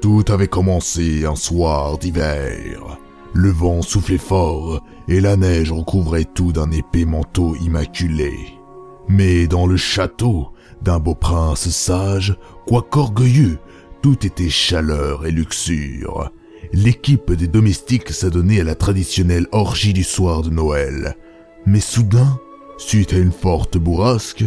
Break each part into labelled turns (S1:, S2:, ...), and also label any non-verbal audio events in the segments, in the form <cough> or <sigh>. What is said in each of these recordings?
S1: Tout avait commencé un soir d'hiver. Le vent soufflait fort et la neige recouvrait tout d'un épais manteau immaculé. Mais dans le château d'un beau prince sage, quoique orgueilleux, tout était chaleur et luxure. L'équipe des domestiques s'adonnait à la traditionnelle orgie du soir de Noël. Mais soudain, suite à une forte bourrasque,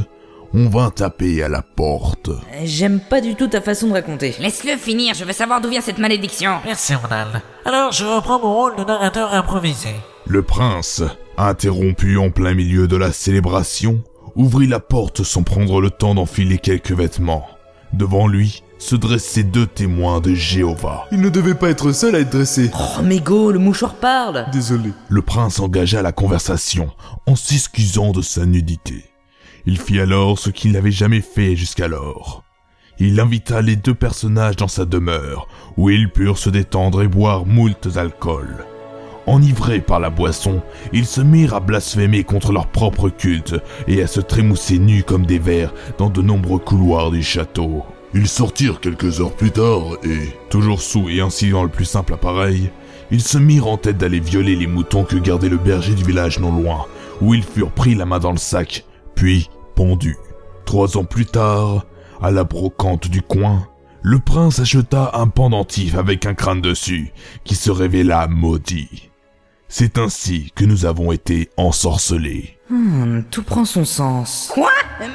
S1: on vint taper à la porte.
S2: Euh, J'aime pas du tout ta façon de raconter.
S3: Laisse-le finir, je veux savoir d'où vient cette malédiction.
S4: Merci, mon âne. Alors, je reprends mon rôle de narrateur improvisé.
S1: Le prince, interrompu en plein milieu de la célébration, ouvrit la porte sans prendre le temps d'enfiler quelques vêtements. Devant lui se dressaient deux témoins de Jéhovah.
S5: Il ne devait pas être seul à être dressé.
S2: Oh, Mégo, le mouchoir parle
S5: Désolé.
S1: Le prince engagea la conversation en s'excusant de sa nudité. Il fit alors ce qu'il n'avait jamais fait jusqu'alors. Il invita les deux personnages dans sa demeure, où ils purent se détendre et boire moult alcools. Enivrés par la boisson, ils se mirent à blasphémer contre leur propre culte et à se trémousser nus comme des vers dans de nombreux couloirs du château. Ils sortirent quelques heures plus tard et, toujours sous et ainsi dans le plus simple appareil, ils se mirent en tête d'aller violer les moutons que gardait le berger du village non loin, où ils furent pris la main dans le sac, puis pendus. Trois ans plus tard, à la brocante du coin, le prince acheta un pendentif avec un crâne dessus, qui se révéla maudit. C'est ainsi que nous avons été ensorcelés.
S2: Hmm, tout prend son sens.
S3: Quoi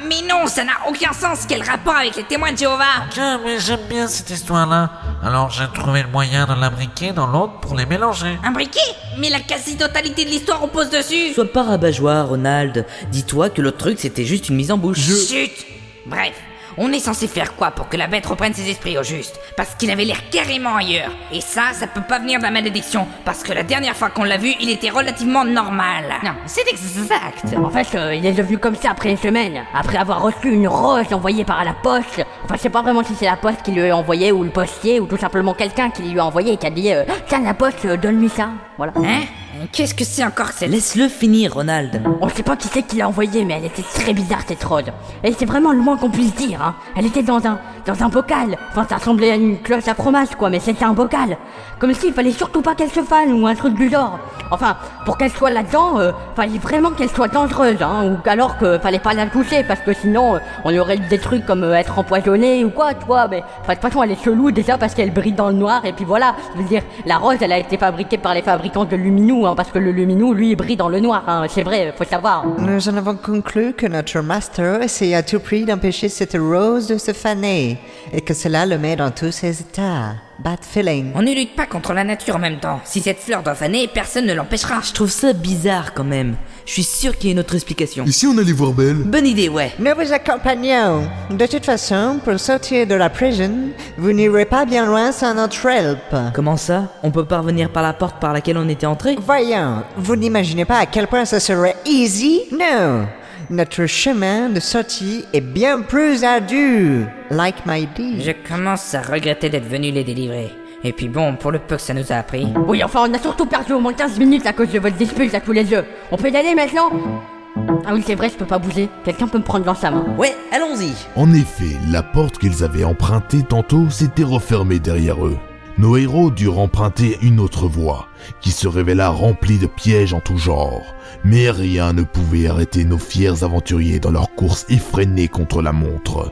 S3: Mais non, ça n'a aucun sens. Quel rapport avec les témoins de Jéhovah
S4: Ok, mais j'aime bien cette histoire-là. Alors, j'ai trouvé le moyen de l'abriquer dans l'autre pour les mélanger.
S3: Un briquet Mais la quasi-totalité de l'histoire repose dessus.
S2: Sois pas rabat-joie, Ronald. Dis-toi que l'autre truc, c'était juste une mise en bouche.
S3: Chut Bref, on est censé faire quoi pour que la bête reprenne ses esprits au juste Parce qu'il avait l'air carrément ailleurs. Et ça, ça peut pas venir de la malédiction, parce que la dernière fois qu'on l'a vu, il était relativement normal.
S6: Non, c'est exact. En fait, euh, il est devenu comme ça après une semaine, après avoir reçu une rose envoyée par la poste. Enfin, je sais pas vraiment si c'est la poste qui lui a envoyé ou le postier ou tout simplement quelqu'un qui lui a envoyé et qui a dit euh, Tiens, la poste, euh, donne-lui ça. Voilà.
S3: Hein Qu'est-ce que c'est encore cette...
S2: Laisse-le finir, Ronald.
S6: On sait pas qui c'est qui l'a envoyé, mais elle était très bizarre cette rose. Et c'est vraiment le moins qu'on puisse dire, hein. Elle était dans un, dans un bocal. Enfin, ça ressemblait à une cloche à fromage, quoi, mais c'était un bocal. Comme s'il fallait surtout pas qu'elle se fane ou un truc du genre. Enfin, pour qu'elle soit là-dedans, euh, fallait vraiment qu'elle soit dangereuse, hein. Ou alors que fallait pas la toucher, parce que sinon, euh, on aurait des trucs comme euh, être empoisonné ou quoi, tu vois. Mais, enfin, de toute façon, elle est chelou déjà parce qu'elle brille dans le noir, et puis voilà. Je veux dire, la rose, elle a été fabriquée par les fabricants de Luminou, hein, parce que le Luminou, lui, il brille dans le noir, hein. C'est vrai, faut savoir.
S7: Nous en avons conclu que notre master essaye à tout prix d'empêcher cette rose de se faner et que cela le met dans tous ses états. Bad feeling.
S3: On ne lutte pas contre la nature en même temps. Si cette fleur doit faner, personne ne l'empêchera.
S2: Je trouve ça bizarre quand même. Je suis sûr qu'il y a une autre explication.
S5: Et si on allait voir Belle
S2: Bonne idée, ouais.
S7: Nous vous accompagnons. De toute façon, pour sortir de la prison, vous n'irez pas bien loin sans notre help.
S2: Comment ça On peut pas revenir par la porte par laquelle on était entré
S7: Voyons, vous n'imaginez pas à quel point ce serait easy Non Notre chemin de sortie est bien plus ardu. Like my deed.
S3: Je commence à regretter d'être venu les délivrer. Et puis bon, pour le peu que ça nous a appris.
S6: Oui, enfin, on a surtout perdu au moins 15 minutes à cause de votre dispute à tous les deux. On peut y aller maintenant Ah oui, c'est vrai, je peux pas bouger. Quelqu'un peut me prendre dans sa main.
S2: Ouais, allons-y.
S1: En effet, la porte qu'ils avaient empruntée tantôt s'était refermée derrière eux. Nos héros durent emprunter une autre voie, qui se révéla remplie de pièges en tout genre. Mais rien ne pouvait arrêter nos fiers aventuriers dans leur course effrénée contre la montre.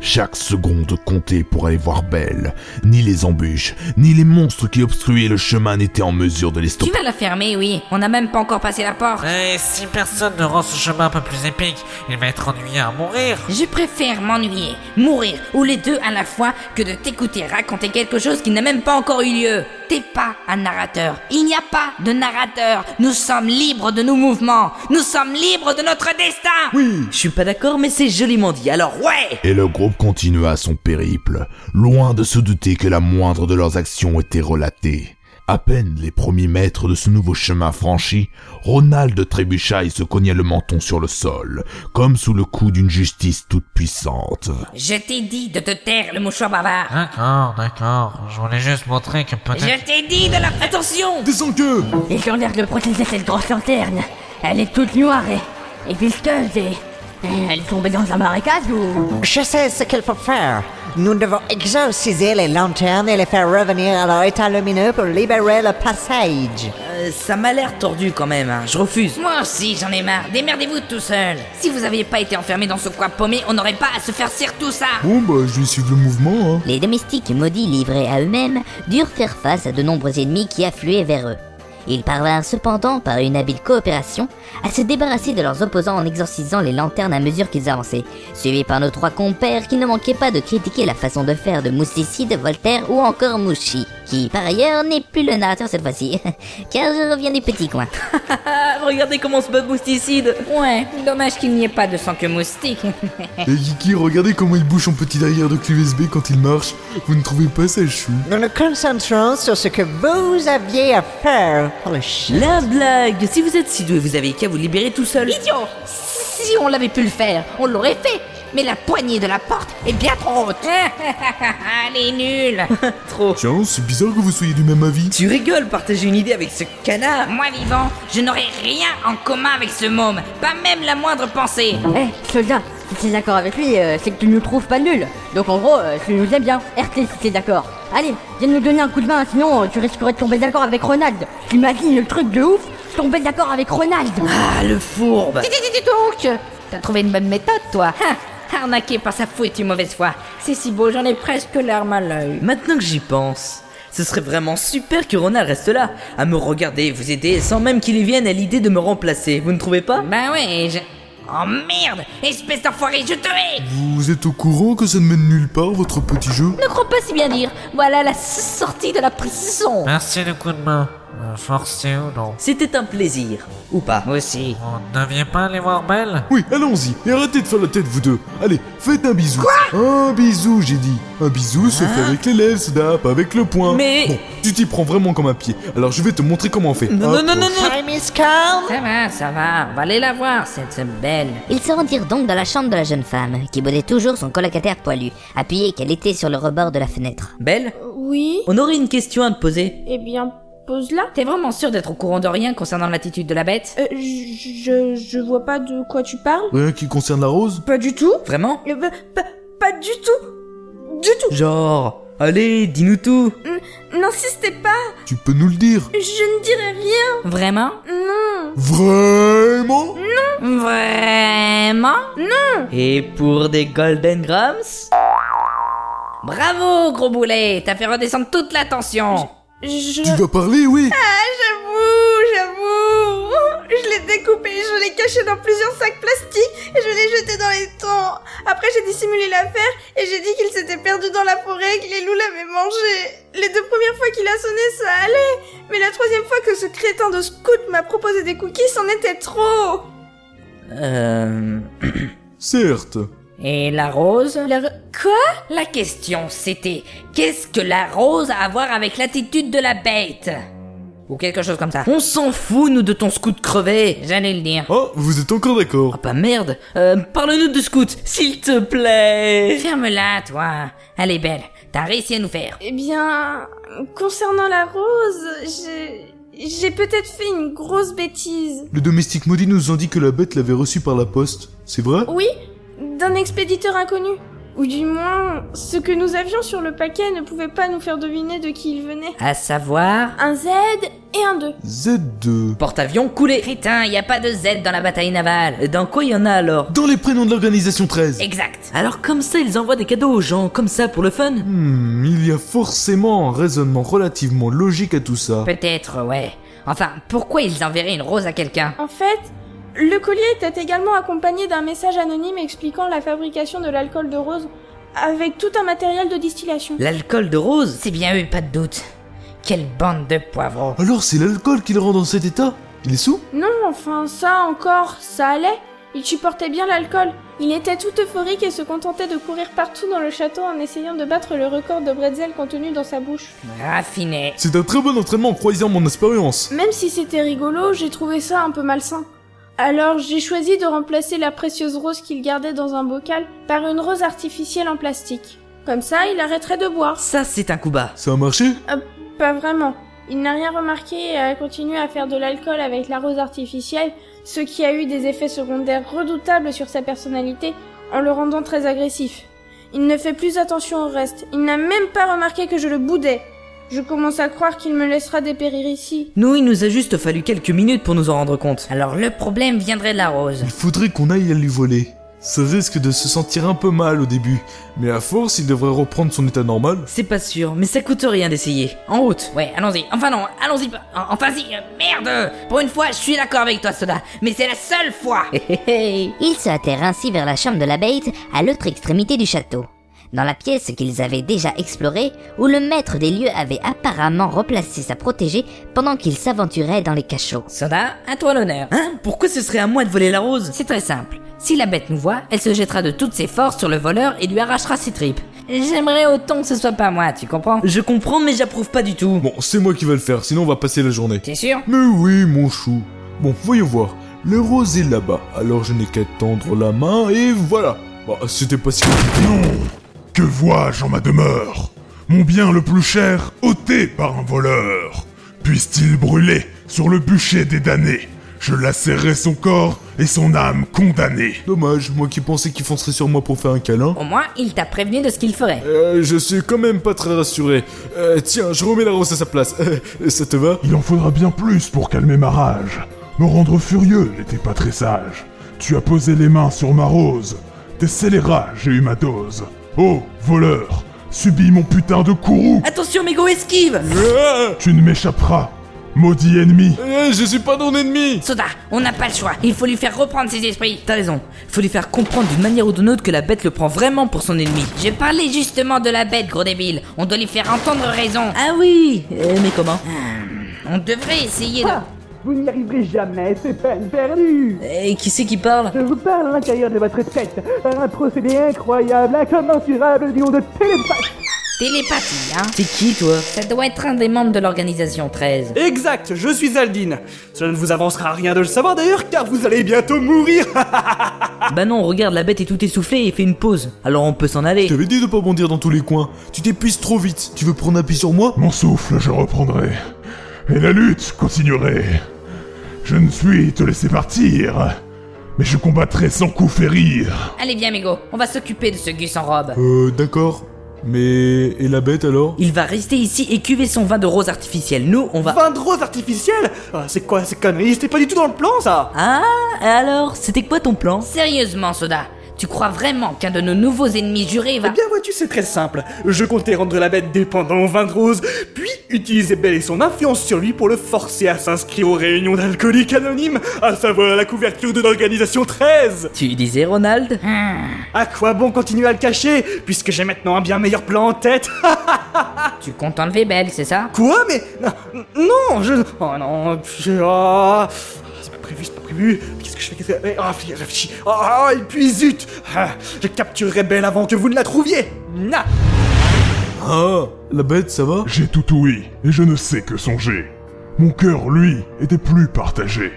S1: Chaque seconde comptait pour aller voir Belle. Ni les embûches, ni les monstres qui obstruaient le chemin n'étaient en mesure de les
S3: Tu
S1: stopper.
S3: vas la fermer, oui. On n'a même pas encore passé la porte.
S4: Et si personne ne rend ce chemin un peu plus épique, il va être ennuyé à mourir.
S3: Je préfère m'ennuyer, mourir, ou les deux à la fois, que de t'écouter raconter quelque chose qui n'a même pas encore eu lieu. T'es pas un narrateur. Il n'y a pas de narrateur. Nous sommes libres de nos mouvements. Nous sommes libres de notre destin.
S2: Je suis pas d'accord, mais c'est joliment dit. Alors ouais
S1: Et le groupe continua son périple, loin de se douter que la moindre de leurs actions était relatée. À peine les premiers mètres de ce nouveau chemin franchi, Ronald trébucha et se cogna le menton sur le sol, comme sous le coup d'une justice toute puissante.
S3: Je t'ai dit de te taire, le mouchoir bavard.
S8: Ah,
S4: D'accord, d'accord. Je voulais juste montrer que peut-être...
S3: Je t'ai dit de la... Attention
S5: Descends que
S6: Ils ont l'air de protéger cette grosse lanterne. Elle est toute noire et, et visqueuse et, Elle est tombée dans un marécage ou...
S7: Je sais ce qu'il faut faire. Nous devons exorciser les lanternes et les faire revenir à leur état lumineux pour libérer le passage.
S2: Euh, ça m'a l'air tordu quand même, hein. je refuse.
S3: Moi aussi, j'en ai marre. Démerdez-vous tout seul. Si vous aviez pas été enfermé dans ce coin paumé, on n'aurait pas à se faire cirer tout ça.
S5: Bon, bah, je vais suivre le mouvement, hein.
S9: Les domestiques maudits livrés à eux-mêmes durent faire face à de nombreux ennemis qui affluaient vers eux. Ils parvinrent cependant, par une habile coopération, à se débarrasser de leurs opposants en exorcisant les lanternes à mesure qu'ils avançaient, suivis par nos trois compères qui ne manquaient pas de critiquer la façon de faire de Mousticide, Voltaire ou encore Mouchi, qui par ailleurs n'est plus le narrateur cette fois-ci, <laughs> car je reviens des petits coins.
S2: <laughs> Ah, regardez comment se bat Mousticide
S3: Ouais, dommage qu'il n'y ait pas de sang que moustique. <laughs>
S5: Et Yiki, regardez comment il bouge son petit derrière de clé USB quand il marche. Vous ne trouvez pas ça chou
S7: Nous nous concentrons sur ce que vous aviez à faire. Oh le chien.
S2: La blague Si vous êtes si doué, vous avez qu'à vous libérer tout seul.
S3: Idiot Si on l'avait pu le faire, on l'aurait fait. Mais la poignée de la porte est bien trop haute.
S2: <laughs>
S3: Elle est nulle.
S2: Trop.
S5: Tiens, c'est bizarre que vous soyez du même avis.
S2: Tu rigoles, partager une idée avec ce canard
S3: Moi vivant, je n'aurais rien en commun avec ce môme. Pas même la moindre pensée.
S6: Eh, soldat, si t'es d'accord avec lui, euh, c'est que tu nous trouves pas nuls. Donc en gros, euh, tu nous aimes bien. RT, si t'es d'accord. Allez, viens nous donner un coup de main, sinon euh, tu risquerais de tomber d'accord avec Ronald. T'imagines le truc de ouf Tomber d'accord avec Ronald
S2: Ah, le fourbe
S3: Dis, dis, dis donc T'as trouvé une bonne méthode, toi Ha Arnaqué par sa foutue mauvaise foi. C'est si beau, j'en ai presque l'arme à l'œil.
S2: Maintenant que j'y pense, ce serait vraiment super que Ronald reste là, à me regarder, vous aider, sans même qu'il y vienne à l'idée de me remplacer, vous ne trouvez pas
S3: Bah ouais, je... Oh merde Espèce d'enfoiré, je te hais
S5: Vous êtes au courant que ça ne mène nulle part, votre petit jeu
S3: Ne crois pas si bien dire. Voilà la sortie de la prison.
S4: Merci du coup de main. Euh, Forcé ou non.
S2: C'était un plaisir, ou pas
S3: Aussi.
S4: Vous n'aviez pas allé voir Belle
S5: Oui, allons-y. Et arrêtez de faire la tête, vous deux. Allez, faites un bisou. un bisou, j'ai dit. Un bisou se fait avec les lèvres, Soda, pas avec le poing.
S2: Hein? Mais-
S5: Bon, tu t'y prends vraiment comme un pied. Alors je vais te montrer comment on fait.
S2: Non, non, non, non, non
S7: Time is calm.
S3: Ça va, ça va. On va aller la voir, cette belle.
S9: Ils se rendirent donc dans la chambre de la jeune femme, qui boudait toujours son colocataire poilu, appuyé qu'elle était sur le rebord de la fenêtre.
S2: Belle,
S10: Oui,
S2: on aurait une question à te poser.
S10: eh bien, pose-la.
S3: T'es vraiment sûr d'être au courant de rien concernant l'attitude de la bête
S10: Euh, je, je- je vois pas de quoi tu parles.
S5: Rien qui concerne la rose
S10: Pas du tout.
S2: Vraiment
S10: Euh, bah, pas, pas du tout. Du tout.
S2: Genre, allez, dis-nous tout
S10: N'insistez pas.
S5: Tu peux nous le dire.
S10: Je ne dirai rien.
S3: Vraiment
S10: Non.
S5: Vraiment
S3: Vraiment
S2: Et pour des Golden Grams
S3: Bravo, gros boulet T'as fait redescendre toute la tension
S10: Je. Ah,
S5: Tu vas parler, oui
S10: J'avoue, j'avoue. Je l'ai découpé, je l'ai caché dans plusieurs sacs plastiques et je l'ai jeté dans les temps. Après, j'ai dissimulé l'affaire et j'ai dit qu'il s'était perdu dans la forêt et que les loups l'avaient mangé. Les deux premières fois qu'il a sonné, ça allait. Mais la troisième fois que ce crétin de scout m'a proposé des cookies, c'en était trop.
S2: Euh...
S5: Certes.
S3: Et la rose la... Quoi La question, c'était qu'est-ce que la rose a à voir avec l'attitude de la bête Ou quelque chose comme ça.
S2: On s'en fout, nous, de ton scout crevé
S3: J'allais le dire.
S5: Ah, vous êtes encore d'accord.
S2: Ah bah merde euh, Parle-nous de scout, s'il te plaît
S3: Ferme-la, toi. Elle est belle. T'as réussi à nous faire.
S10: Eh bien, concernant la rose, j'ai... J'ai peut-être fait une grosse bêtise.
S5: Le domestique maudit nous ont dit que la bête l'avait reçu par la poste. C'est vrai
S10: Oui, d'un expéditeur inconnu. Ou du moins, ce que nous avions sur le paquet ne pouvait pas nous faire deviner de qui il venait.
S2: À savoir...
S10: Un Z et un 2.
S5: Z2.
S2: Porte-avions coulé
S3: Crétin, y a pas de Z dans la bataille navale.
S2: Dans quoi il y en a alors
S5: Dans les prénoms de l'organisation 13.
S3: Exact.
S2: Alors comme ça, ils envoient des cadeaux aux gens, comme ça, pour le fun
S5: Hmm, il y a forcément un raisonnement relativement logique à tout ça.
S3: Peut-être, ouais. Enfin, pourquoi ils enverraient une rose à quelqu'un
S10: En fait, le collier était également accompagné d'un message anonyme expliquant la fabrication de l'alcool de rose avec tout un matériel de distillation.
S2: L'alcool de rose
S3: C'est bien eux, pas de doute. Quelle bande de poivrons.
S5: Alors c'est l'alcool qui le rend dans cet état Il est sous
S10: Non, enfin, ça encore, ça allait. Il supportait bien l'alcool. Il était tout euphorique et se contentait de courir partout dans le château en essayant de battre le record de bretzel contenu dans sa bouche.
S3: Raffiné.
S5: C'est un très bon entraînement en croisant mon expérience.
S10: Même si c'était rigolo, j'ai trouvé ça un peu malsain. Alors j'ai choisi de remplacer la précieuse rose qu'il gardait dans un bocal par une rose artificielle en plastique. Comme ça, il arrêterait de boire. Euh,
S2: Ça, c'est un coup bas.
S5: Ça a marché
S10: Pas vraiment. Il n'a rien remarqué et a continué à faire de l'alcool avec la rose artificielle ce qui a eu des effets secondaires redoutables sur sa personnalité en le rendant très agressif. Il ne fait plus attention au reste, il n'a même pas remarqué que je le boudais. Je commence à croire qu'il me laissera dépérir ici.
S11: Nous, il nous a juste fallu quelques minutes pour nous en rendre compte.
S3: Alors le problème viendrait de la rose.
S5: Il faudrait qu'on aille à lui voler. Ça risque de se sentir un peu mal au début, mais à force, il devrait reprendre son état normal.
S11: C'est pas sûr, mais ça coûte rien d'essayer. En route.
S3: Ouais, allons-y. Enfin non, allons-y pas. En- Enfin si, euh, merde Pour une fois, je suis d'accord avec toi, Soda. Mais c'est la seule fois
S9: Ils se hâtèrent ainsi vers la chambre de la bête à l'autre extrémité du château. Dans la pièce qu'ils avaient déjà explorée, où le maître des lieux avait apparemment replacé sa protégée pendant qu'il s'aventurait dans les cachots.
S3: Soda, à toi l'honneur.
S11: Hein Pourquoi ce serait à moi de voler la rose
S3: C'est très simple. Si la bête nous voit, elle se jettera de toutes ses forces sur le voleur et lui arrachera ses tripes. J'aimerais autant que ce soit pas moi, tu comprends
S11: Je comprends, mais j'approuve pas du tout.
S5: Bon, c'est moi qui vais le faire, sinon on va passer la journée.
S3: T'es sûr
S5: Mais oui, mon chou. Bon, voyons voir. Le rose est là-bas, alors je n'ai qu'à tendre la main et voilà. Bah, c'était pas si compliqué.
S12: Non Que vois-je en ma demeure Mon bien le plus cher ôté par un voleur. Puisse-t-il brûler sur le bûcher des damnés Je lacérerai son corps et son âme condamnée.
S5: Dommage, moi qui pensais qu'il foncerait sur moi pour faire un câlin.
S3: Au moins, il t'a prévenu de ce qu'il ferait.
S5: Euh, je suis quand même pas très rassuré. Euh, tiens, je remets la rose à sa place. <laughs> ça te va
S12: Il en faudra bien plus pour calmer ma rage. Me rendre furieux n'était pas très sage. Tu as posé les mains sur ma rose. Tes scélérats, j'ai eu ma dose. Oh, voleur, subis mon putain de courroux.
S11: Attention, Mego esquive
S5: Ah
S12: Tu ne m'échapperas, maudit ennemi.
S5: Eh, Je suis pas ton ennemi
S3: Soda, on n'a pas le choix. Il faut lui faire reprendre ses esprits.
S11: T'as raison, faut lui faire comprendre d'une manière ou d'une autre que la bête le prend vraiment pour son ennemi.
S3: Je parlais justement de la bête, gros débile. On doit lui faire entendre raison.
S11: Ah oui Ah. Euh, Mais comment
S3: On devrait essayer de...
S8: Vous n'y arriverez jamais, c'est peine perdue
S11: Et qui c'est qui parle
S8: Je vous parle à l'intérieur de votre tête, par un procédé incroyable, incommensurable du nom de télépathie
S3: Télépathie, hein
S11: T'es qui, toi
S3: Ça doit être un des membres de l'organisation 13.
S8: Exact, je suis Aldine. Cela ne vous avancera rien de le savoir d'ailleurs, car vous allez
S5: <laughs>
S8: bientôt mourir
S11: Bah non, regarde, la bête est tout essoufflée et fait une pause. Alors on peut s'en aller.
S5: Je t'avais dit de pas bondir dans tous les coins. Tu t'épuises trop vite. Tu veux prendre appui sur moi
S12: Mon souffle, je reprendrai. Et la lutte continuerai. Je ne suis te laisser partir, mais je combattrai sans coup férir.
S3: Allez, viens, Mego. On va s'occuper de ce Gus en robe.
S5: Euh, d'accord. Mais... Et la bête alors
S11: Il va rester ici et cuver son vin de rose artificielle. Nous, on va...
S8: Vin de rose artificielle Ah, C'est quoi ces conneries C'était pas du tout dans le plan ça
S11: Ah, alors, c'était quoi ton plan
S3: Sérieusement, Soda, tu crois vraiment qu'un de nos nouveaux ennemis jurés va...
S8: Eh bien vois-tu, c'est très simple. Je comptais rendre la bête dépendant au vin de rose, puis utiliser Belle et son influence sur lui pour le forcer à s'inscrire aux réunions d'alcooliques anonymes, à savoir la couverture de l'organisation 13
S11: Tu disais, Ronald
S3: Hum.
S8: À quoi bon continuer à le cacher, puisque j'ai maintenant un bien meilleur plan en tête <laughs>
S3: Tu comptes enlever Belle, c'est ça
S8: Quoi Mais non, non, je oh non, je- ah, c'est pas prévu, c'est pas prévu. Qu'est-ce que je fais Qu'est-ce que ah, puis, réfléchis. Ah, ah, et puis zut, Ah, je capturerai Belle avant que vous ne la trouviez. Na.
S5: Ah La bête, ça va
S12: J'ai tout ouï, et je ne sais que songer. Mon cœur, lui, était plus partagé.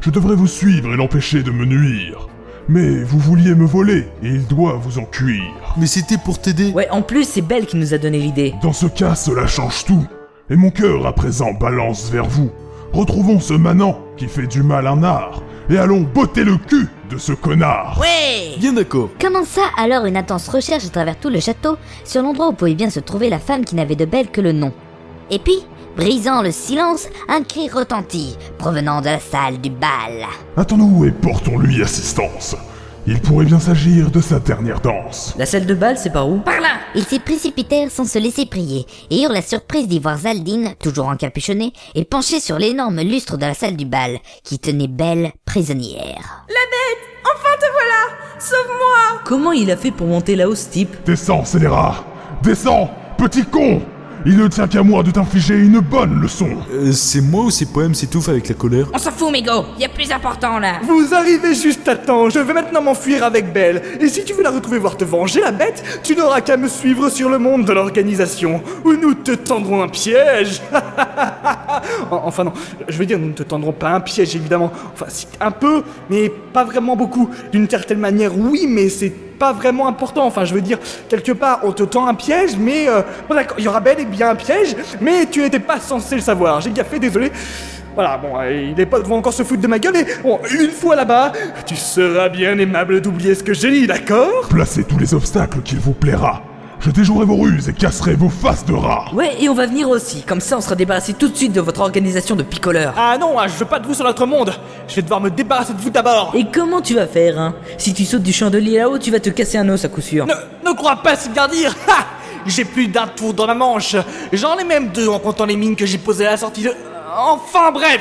S12: Je devrais vous suivre et l'empêcher de me nuire. Mais vous vouliez me voler, et il doit vous en cuire.
S5: Mais c'était pour t'aider.
S11: Ouais, en plus, c'est Belle qui nous a donné l'idée.
S12: Dans ce cas, cela change tout. Et mon cœur, à présent, balance vers vous. Retrouvons ce manant qui fait du mal un art, et allons botter le cul de ce connard.
S5: Bien d'accord.
S12: Attends-nous et portons-lui assistance. Il pourrait bien s'agir de sa dernière danse.
S11: La salle de bal, c'est par où
S3: Par là
S9: Ils s'y précipitèrent sans se laisser prier et eurent la surprise d'y voir Zaldine, toujours encapuchonnée, et penchée sur l'énorme lustre de la salle du bal, qui tenait belle prisonnière.
S10: Enfin te voilà Sauve-moi
S11: Comment il a fait pour monter là-haut, ce type
S12: Descends, scélérat Descends, petit con Il ne tient qu'à moi de t'infliger une bonne leçon
S5: Euh, c'est moi ou ces poèmes s'étouffent avec la colère
S3: On s'en fout, Mego Y a plus important, là
S8: Vous arrivez juste à temps. Je vais maintenant m'enfuir avec Belle. Et si tu veux la retrouver, voire te venger, la bête, tu n'auras qu'à me suivre sur le monde de l'organisation, où nous te tendrons un piège. En- enfin non, je veux dire, nous ne te tendrons pas un piège, évidemment. Enfin, si, un peu, mais pas vraiment beaucoup. D'une certaine manière, oui, mais c'est pas vraiment important. Enfin, je veux dire, quelque part, on te tend un piège, mais... euh, bon, d'accord, il y aura bel et bien un piège, mais tu n'étais pas censé le savoir. J'ai gaffé, désolé. Voilà, bon, euh, les potes vont encore se foutre de ma gueule et bon, une fois là-bas, tu seras bien aimable d'oublier ce que j'ai dit, d'accord
S1: Placez tous les obstacles qu'il vous plaira. Je déjouerai vos ruses et casserai vos faces de rats.
S2: Ouais, et on va venir aussi, comme ça on sera débarrassé tout de suite de votre organisation de picoleurs.
S8: Ah non, je veux pas de vous sur notre monde Je vais devoir me débarrasser de vous d'abord
S2: Et comment tu vas faire, hein Si tu sautes du chandelier là-haut, tu vas te casser un os à coup sûr.
S8: Ne, ne crois pas si bien dire Ha J'ai plus d'un tour dans la manche J'en ai même deux en comptant les mines que j'ai posées à la sortie de... Enfin bref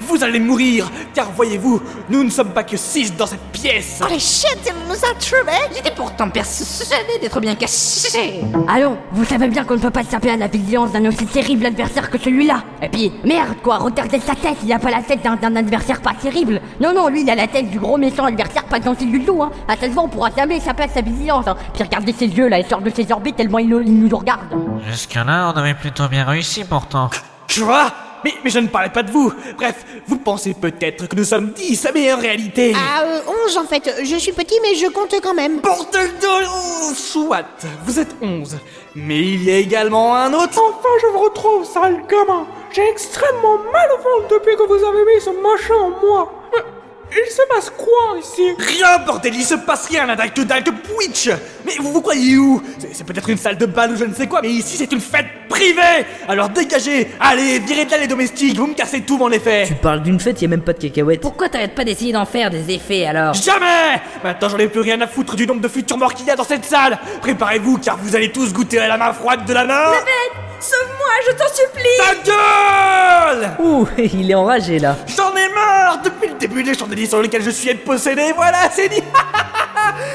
S8: Vous allez mourir Car voyez-vous, nous ne sommes pas que six dans cette pièce
S3: Oh les shit, il nous a trouvés J'étais pourtant persuadé d'être bien caché
S6: Allons, vous savez bien qu'on ne peut pas échapper à la vigilance d'un aussi terrible adversaire que celui-là. Et puis, merde quoi, regardez sa tête, il a pas la tête d'un- d'un adversaire pas terrible. Non, non, lui il a la tête du gros méchant adversaire pas gentil du tout, hein. À cette fois, on pourra jamais échapper à sa vigilance, hein. Puis regardez ses yeux là, il sort de ses orbites tellement il, nous- il nous regarde.
S4: Jusque-là, on avait plutôt bien réussi pourtant.
S8: Tu vois mais, mais je ne parlais pas de vous Bref, vous pensez peut-être que nous sommes dix, mais en réalité...
S12: Ah, euh, 11 en fait. Je suis petit, mais je compte quand même.
S8: Bordel de... oh, Soit, vous êtes onze. Mais il y a également un autre...
S13: Enfin, je vous retrouve, sale gamin J'ai extrêmement mal au ventre depuis que vous avez mis ce machin en moi Mais il se passe quoi ici
S8: Rien, bordel, il se passe rien, la dalle que dalle que Twitch Mais vous vous croyez où C'est c'est peut-être une salle de bal ou je ne sais quoi, mais ici c'est une fête privée Alors dégagez Allez, virez de là les domestiques, vous me cassez tout mon effet
S2: Tu parles d'une fête, y a même pas de cacahuètes.
S3: Pourquoi t'arrêtes pas d'essayer d'en faire des effets alors
S8: Jamais Maintenant j'en ai plus rien à foutre du nombre de futurs morts qu'il y a dans cette salle Préparez-vous car vous allez tous goûter à la main froide de la mort
S10: La bête Sauve-moi, je t'en supplie
S8: Ta gueule
S2: Ouh, <laughs> il est enragé là.
S8: J'en ai marre Depuis le début des chandeliers sur lesquels je suis être possédé, voilà, <laughs> c'est dit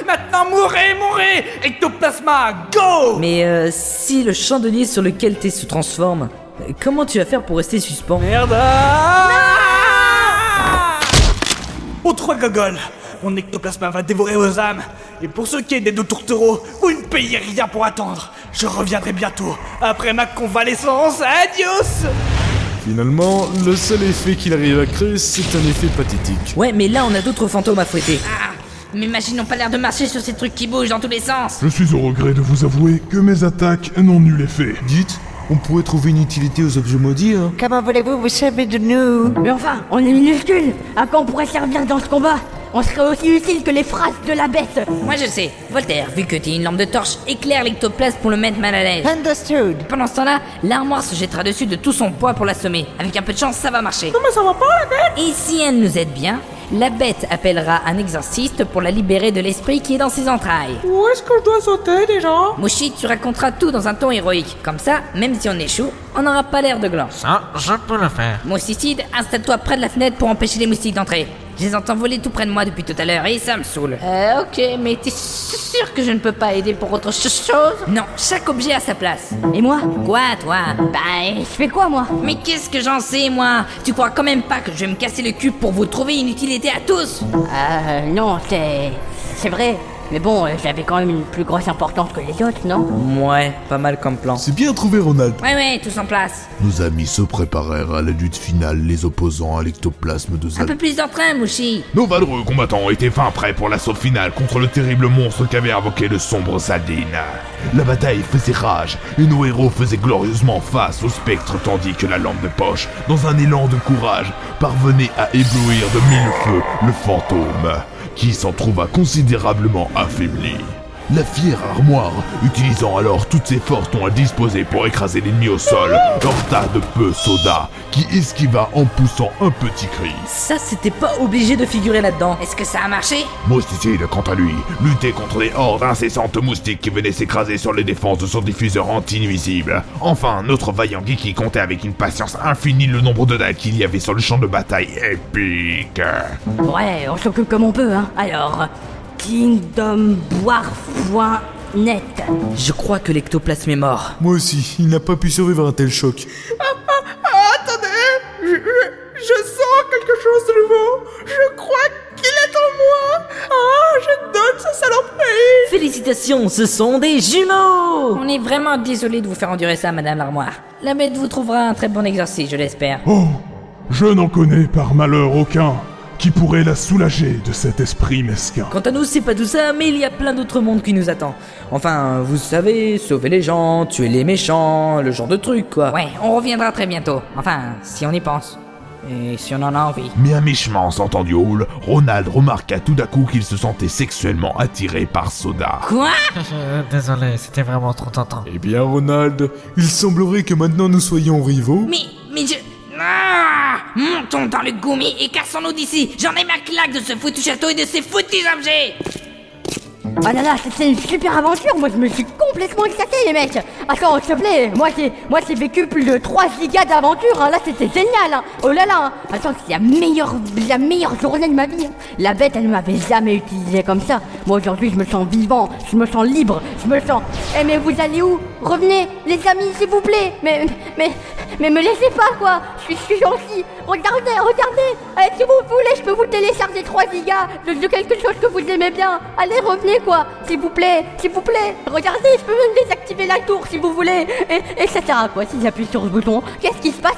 S8: Maintenant mourrez, mourrez Ectoplasma, go
S2: Mais euh, si le chandelier sur lequel t'es se transforme, euh, comment tu vas faire pour rester suspens
S8: Merde Ah Autre gogol Mon ectoplasma va dévorer vos âmes Et pour ce qui est des deux tourtereaux, vous ne payez rien pour attendre Je reviendrai bientôt, après ma convalescence, adios
S5: Finalement, le seul effet qu'il arrive à créer, c'est un effet pathétique.
S2: Ouais, mais là on a d'autres fantômes à fouetter.
S3: Ah. Mais imagine, n'ont pas l'air de marcher sur ces trucs qui bougent dans tous les sens
S1: Je suis au regret de vous avouer que mes attaques n'ont nul effet.
S5: Dites, on pourrait trouver une utilité aux objets maudits, hein
S7: Comment voulez-vous vous savez de nous
S6: Mais enfin, on est minuscule À quoi on pourrait servir dans ce combat On serait aussi utile que les phrases de la bête
S3: Moi je sais, Voltaire, vu que t'es une lampe de torche, éclaire l'ectoplasme pour le mettre mal à l'aise.
S7: Understood.
S3: Pendant ce temps-là, l'armoire se jettera dessus de tout son poids pour l'assommer. Avec un peu de chance, ça va marcher.
S13: Non mais ça va pas la tête
S3: Et si elle nous aide bien, la bête appellera un exorciste pour la libérer de l'esprit qui est dans ses entrailles.
S13: Où est-ce que je dois sauter déjà
S3: Moshi, tu raconteras tout dans un ton héroïque. Comme ça, même si on échoue, on n'aura pas l'air de gland.
S4: Ça, je peux le faire.
S3: Moussicide, installe-toi près de la fenêtre pour empêcher les moustiques d'entrer. Je les entends voler tout près de moi depuis tout à l'heure et ça me saoule. Euh, ok, mais t'es sûr que je ne peux pas aider pour autre chose Non, chaque objet a sa place.
S6: Et moi
S3: Quoi, toi
S6: Bah, je fais quoi moi
S3: Mais qu'est-ce que j'en sais, moi Tu crois quand même pas que je vais me casser le cul pour vous trouver une utilité à tous
S6: Euh, non, c'est. C'est vrai. Mais bon, euh, j'avais quand même une plus grosse importance que les autres, non
S2: Ouais, pas mal comme plan.
S5: C'est bien trouvé, Ronald.
S3: Ouais, ouais, tous en place.
S1: Nos amis se préparèrent à la lutte finale, les opposants à l'ectoplasme de
S3: Un
S1: Zal.
S3: peu plus d'entrain, Mouchi.
S1: Nos valeureux combattants étaient fin prêts pour l'assaut final contre le terrible monstre qu'avait invoqué le sombre Saldin. La bataille faisait rage et nos héros faisaient glorieusement face au spectre tandis que la lampe de poche, dans un élan de courage, parvenait à éblouir de mille feux le fantôme, qui s'en trouva considérablement affaibli. La fière armoire, utilisant alors toutes ses forces dont elle disposait pour écraser l'ennemi au sol, heurta de peu Soda, qui esquiva en poussant un petit cri.
S2: Ça, c'était pas obligé de figurer là-dedans.
S3: Est-ce que ça a marché
S1: Mousticide, quant à lui, luttait contre les hordes incessantes de moustiques qui venaient s'écraser sur les défenses de son diffuseur anti-nuisible. Enfin, notre vaillant Geeky comptait avec une patience infinie le nombre de dalles qu'il y avait sur le champ de bataille épique.
S6: Ouais, on s'occupe comme on peut, hein. Alors, euh, kingdomboire.net.
S2: Je crois que l'ectoplasme est mort.
S5: Moi aussi, il n'a pas pu survivre à un tel choc.
S13: Ah, Attendez je, je- je sens quelque chose de nouveau Je crois qu'il est en moi Ah, je donne ce saloperie
S2: Félicitations, ce sont des jumeaux
S3: On est vraiment désolé de vous faire endurer ça, Madame l'Armoire. La bête vous trouvera un très bon exercice, je l'espère.
S1: Oh Je n'en connais par malheur aucun qui pourrait la soulager de cet esprit mesquin.
S2: Quant à nous, c'est pas tout ça, mais il y a plein d'autres mondes qui nous attendent. Enfin, vous savez, sauver les gens, tuer les méchants, le genre de truc, quoi.
S3: Ouais, on reviendra très bientôt. Enfin, si on y pense.
S14: Et si on en a envie.
S1: Mais à mi-chemin en sortant du hall, Ronald remarqua tout d'un coup qu'il se sentait sexuellement attiré par Soda.
S3: Quoi
S4: <laughs> Désolé, c'était vraiment trop tentant.
S5: Eh bien, Ronald, il semblerait que maintenant nous soyons rivaux.
S3: Mais, mais je. Ah Montons dans le gourmet et cassons-nous d'ici J'en ai ma claque de ce foutu château et de ces foutus objets
S6: Ah là là, c'était une super aventure, moi je me suis complètement éclaté les mecs Attends, s'il te plaît, moi j'ai, moi j'ai vécu plus de 3 gigas d'aventure, hein. là c'était génial hein. Oh là là hein. Attends, c'est la meilleure, la meilleure journée de ma vie hein. La bête, elle ne m'avait jamais utilisé comme ça Moi aujourd'hui je me sens vivant, je me sens libre, je me sens... Eh mais vous allez où Revenez, les amis, s'il vous plaît Mais, mais, mais me laissez pas quoi Je suis, je suis gentil Regardez, regardez Allez, Si vous voulez, je peux vous télécharger 3 gigas de, de quelque chose que vous aimez bien Allez, revenez quoi S'il vous plaît, s'il vous plaît Regardez, je peux même désactiver la tour si vous voulez Et, etc quoi, si j'appuie sur ce bouton, qu'est-ce qui se passe